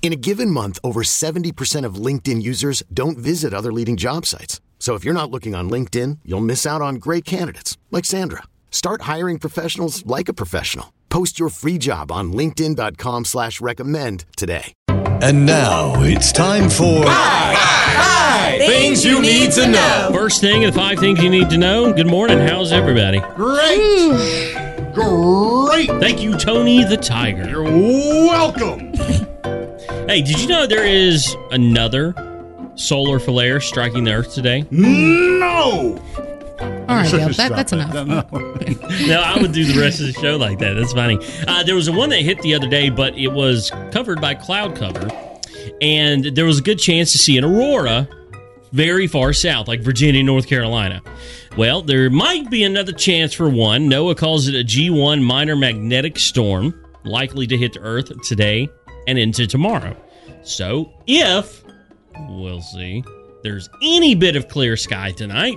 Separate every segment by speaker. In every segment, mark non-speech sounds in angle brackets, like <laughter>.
Speaker 1: In a given month, over 70% of LinkedIn users don't visit other leading job sites. So if you're not looking on LinkedIn, you'll miss out on great candidates like Sandra. Start hiring professionals like a professional. Post your free job on linkedin.com slash recommend today.
Speaker 2: And now it's time for
Speaker 3: Things you need to know.
Speaker 4: First thing and five things you need to know. Good morning. How's everybody?
Speaker 3: Great. Great.
Speaker 4: Thank you, Tony the Tiger.
Speaker 3: Welcome.
Speaker 4: <laughs> Hey, did you know there is another solar flare striking the Earth
Speaker 3: <laughs>
Speaker 4: today?
Speaker 3: No.
Speaker 5: All right, Dale,
Speaker 3: Stop
Speaker 5: that, that's enough.
Speaker 4: no, I would do the rest of the show like that. That's funny. Uh, there was a one that hit the other day, but it was covered by cloud cover, and there was a good chance to see an aurora very far south, like Virginia, North Carolina. Well, there might be another chance for one. NOAA calls it a G1 minor magnetic storm, likely to hit the Earth today and into tomorrow. So, if we'll see, there's any bit of clear sky tonight,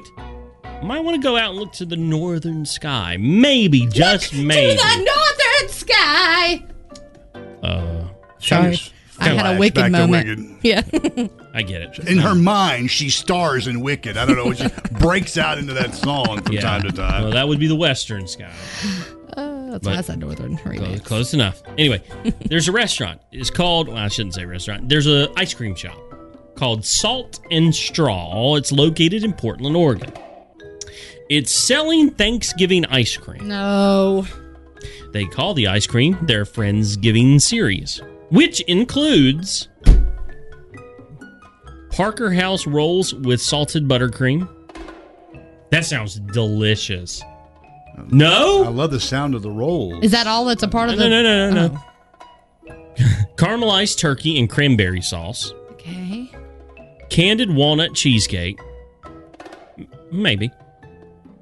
Speaker 4: might want to go out and look to the northern sky. Maybe, just maybe.
Speaker 5: the northern sky.
Speaker 4: Uh,
Speaker 5: Sorry,
Speaker 3: She's
Speaker 5: I had
Speaker 3: flashed
Speaker 5: a wicked
Speaker 3: back to
Speaker 5: moment.
Speaker 3: Wicked.
Speaker 5: Yeah, <laughs>
Speaker 4: I get it.
Speaker 3: In her mind, she stars in Wicked. I don't know. She breaks out into that song from
Speaker 4: Yeah.
Speaker 3: time to time.
Speaker 4: Well, that would be the western sky.
Speaker 5: that's
Speaker 4: But-
Speaker 5: why I said northern
Speaker 4: Close,
Speaker 5: remix.
Speaker 4: close enough. Anyway, there's a restaurant. It's called. Well, I shouldn't say restaurant. There's a ice cream shop called Salt and Straw. It's located in Portland, Oregon. It's selling Thanksgiving ice cream.
Speaker 5: No,
Speaker 4: They call the ice cream their Friendsgiving series, which includes Parker House rolls with salted buttercream. That sounds delicious.
Speaker 3: I
Speaker 4: No?
Speaker 3: love the sound of the rolls.
Speaker 5: is that all that's a part of
Speaker 4: No,
Speaker 5: the?
Speaker 4: no, no, no, no.
Speaker 5: Oh,
Speaker 4: Caramelized turkey and cranberry sauce.
Speaker 5: Oh, okay,
Speaker 4: Candied walnut cheesecake. M- Maybe.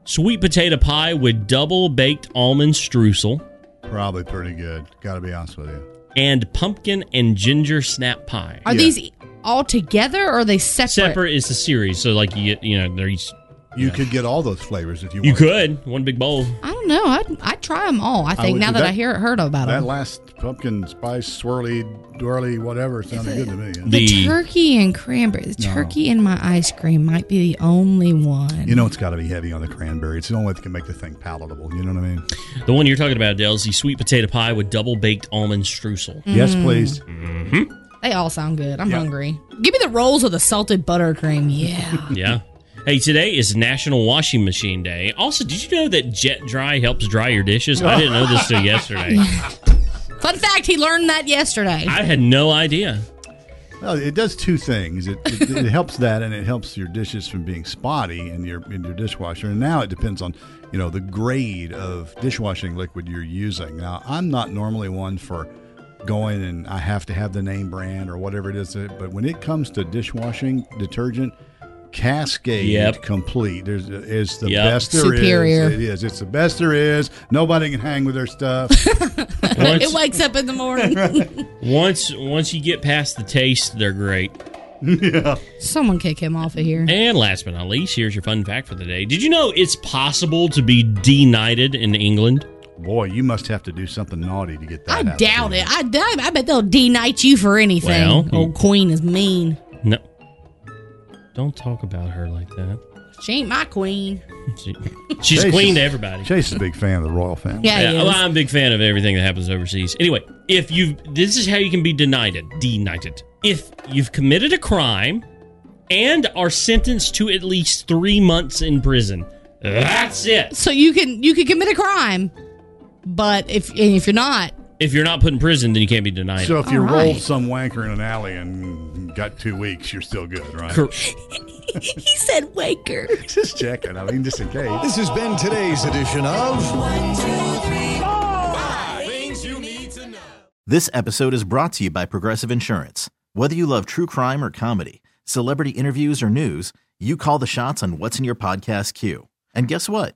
Speaker 4: Sweet potato pie with double baked almond streusel.
Speaker 3: Probably pretty good. Got to be honest with you.
Speaker 4: And pumpkin and ginger snap pie.
Speaker 5: are
Speaker 3: Yeah.
Speaker 5: these all together or are they separate?
Speaker 4: separate is the series. So like you get, you know, there's
Speaker 3: You
Speaker 4: Yeah.
Speaker 3: could get all those flavors if you
Speaker 4: you could
Speaker 3: wanted.
Speaker 4: one big bowl.
Speaker 5: I don't know. I'd, I'd try them all. I think
Speaker 3: would
Speaker 5: now
Speaker 3: do
Speaker 5: that, I
Speaker 3: that.
Speaker 5: hear heard about
Speaker 3: That
Speaker 5: them.
Speaker 3: last pumpkin spice swirly, twirly, whatever sounded good to me. yeah.
Speaker 5: the,
Speaker 4: The-
Speaker 5: turkey and cranberry, the
Speaker 3: No.
Speaker 5: turkey in my ice cream might be the only one.
Speaker 3: You know, it's got to be heavy on the cranberry. It's the only way that can make the thing palatable. You know what I mean?
Speaker 4: The one you're talking about, Dale, is the sweet potato pie with double baked almond streusel.
Speaker 3: Yes, please.
Speaker 5: they all sound good. I'm
Speaker 3: Yeah.
Speaker 5: hungry. Give me the rolls of the salted buttercream.
Speaker 4: <laughs>
Speaker 5: Yeah,
Speaker 4: Yeah. Hey, today is National Washing Machine Day. Also, did you know that Jet Dry helps dry your dishes? I didn't know this till yesterday.
Speaker 5: fun fact: he learned that yesterday.
Speaker 4: I had no idea.
Speaker 3: Well, it does two things. It, it, it helps that, and it helps your dishes from being spotty in your in your dishwasher. And now it depends on, you know, the grade of dishwashing liquid you're using. Now, I'm not normally one for going and I have to have the name brand or whatever it is. But when it comes to dishwashing detergent, Cascade
Speaker 4: Yep.
Speaker 3: Complete there's, is the
Speaker 4: Yep.
Speaker 3: best there is.
Speaker 5: Superior.
Speaker 3: It is. It's the best there is. Nobody can hang with their stuff.
Speaker 5: <laughs>
Speaker 4: Once,
Speaker 5: it wakes up in the morning.
Speaker 4: once, once you get past the taste, they're great.
Speaker 5: <laughs> Someone kick him off of here.
Speaker 4: And last but not least, here's your fun fact for the day. Did you know it's possible to be denied in England?
Speaker 3: Boy, you must have to do something naughty to get that.
Speaker 5: I
Speaker 3: out of
Speaker 5: doubt
Speaker 3: you.
Speaker 5: it. I, I, I bet they'll denight you for anything.
Speaker 4: Well,
Speaker 5: Old Oh, queen is mean.
Speaker 4: No. Don't talk about her like that. <laughs>
Speaker 5: She ain't my queen.
Speaker 4: She- she's
Speaker 3: Chase
Speaker 4: queen
Speaker 3: is-
Speaker 4: to everybody.
Speaker 3: Chase is a big fan of the royal family.
Speaker 5: Yeah,
Speaker 4: Yeah,
Speaker 5: he is.
Speaker 4: well, I'm a big fan of everything that happens overseas. Anyway, if you this is how you can be denied it, denied it. If you've committed a crime and are sentenced to at least three months in prison, that's it.
Speaker 5: so you can you can commit a crime, But if and if you're not,
Speaker 4: If you're not put in prison, then you can't be denied.
Speaker 3: So
Speaker 4: it.
Speaker 3: if you
Speaker 5: All right.
Speaker 3: rolled some wanker in an alley and got two weeks, you're still good, right?
Speaker 4: Cor-
Speaker 5: <laughs> he said Waker.
Speaker 3: <laughs> Just checking. I mean, just in case.
Speaker 2: This has been today's edition of
Speaker 6: This episode is brought to you by Progressive Insurance. Whether you love true crime or comedy, celebrity interviews or news, you call the shots on what's in your podcast queue. And guess what?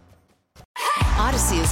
Speaker 7: Odyssey is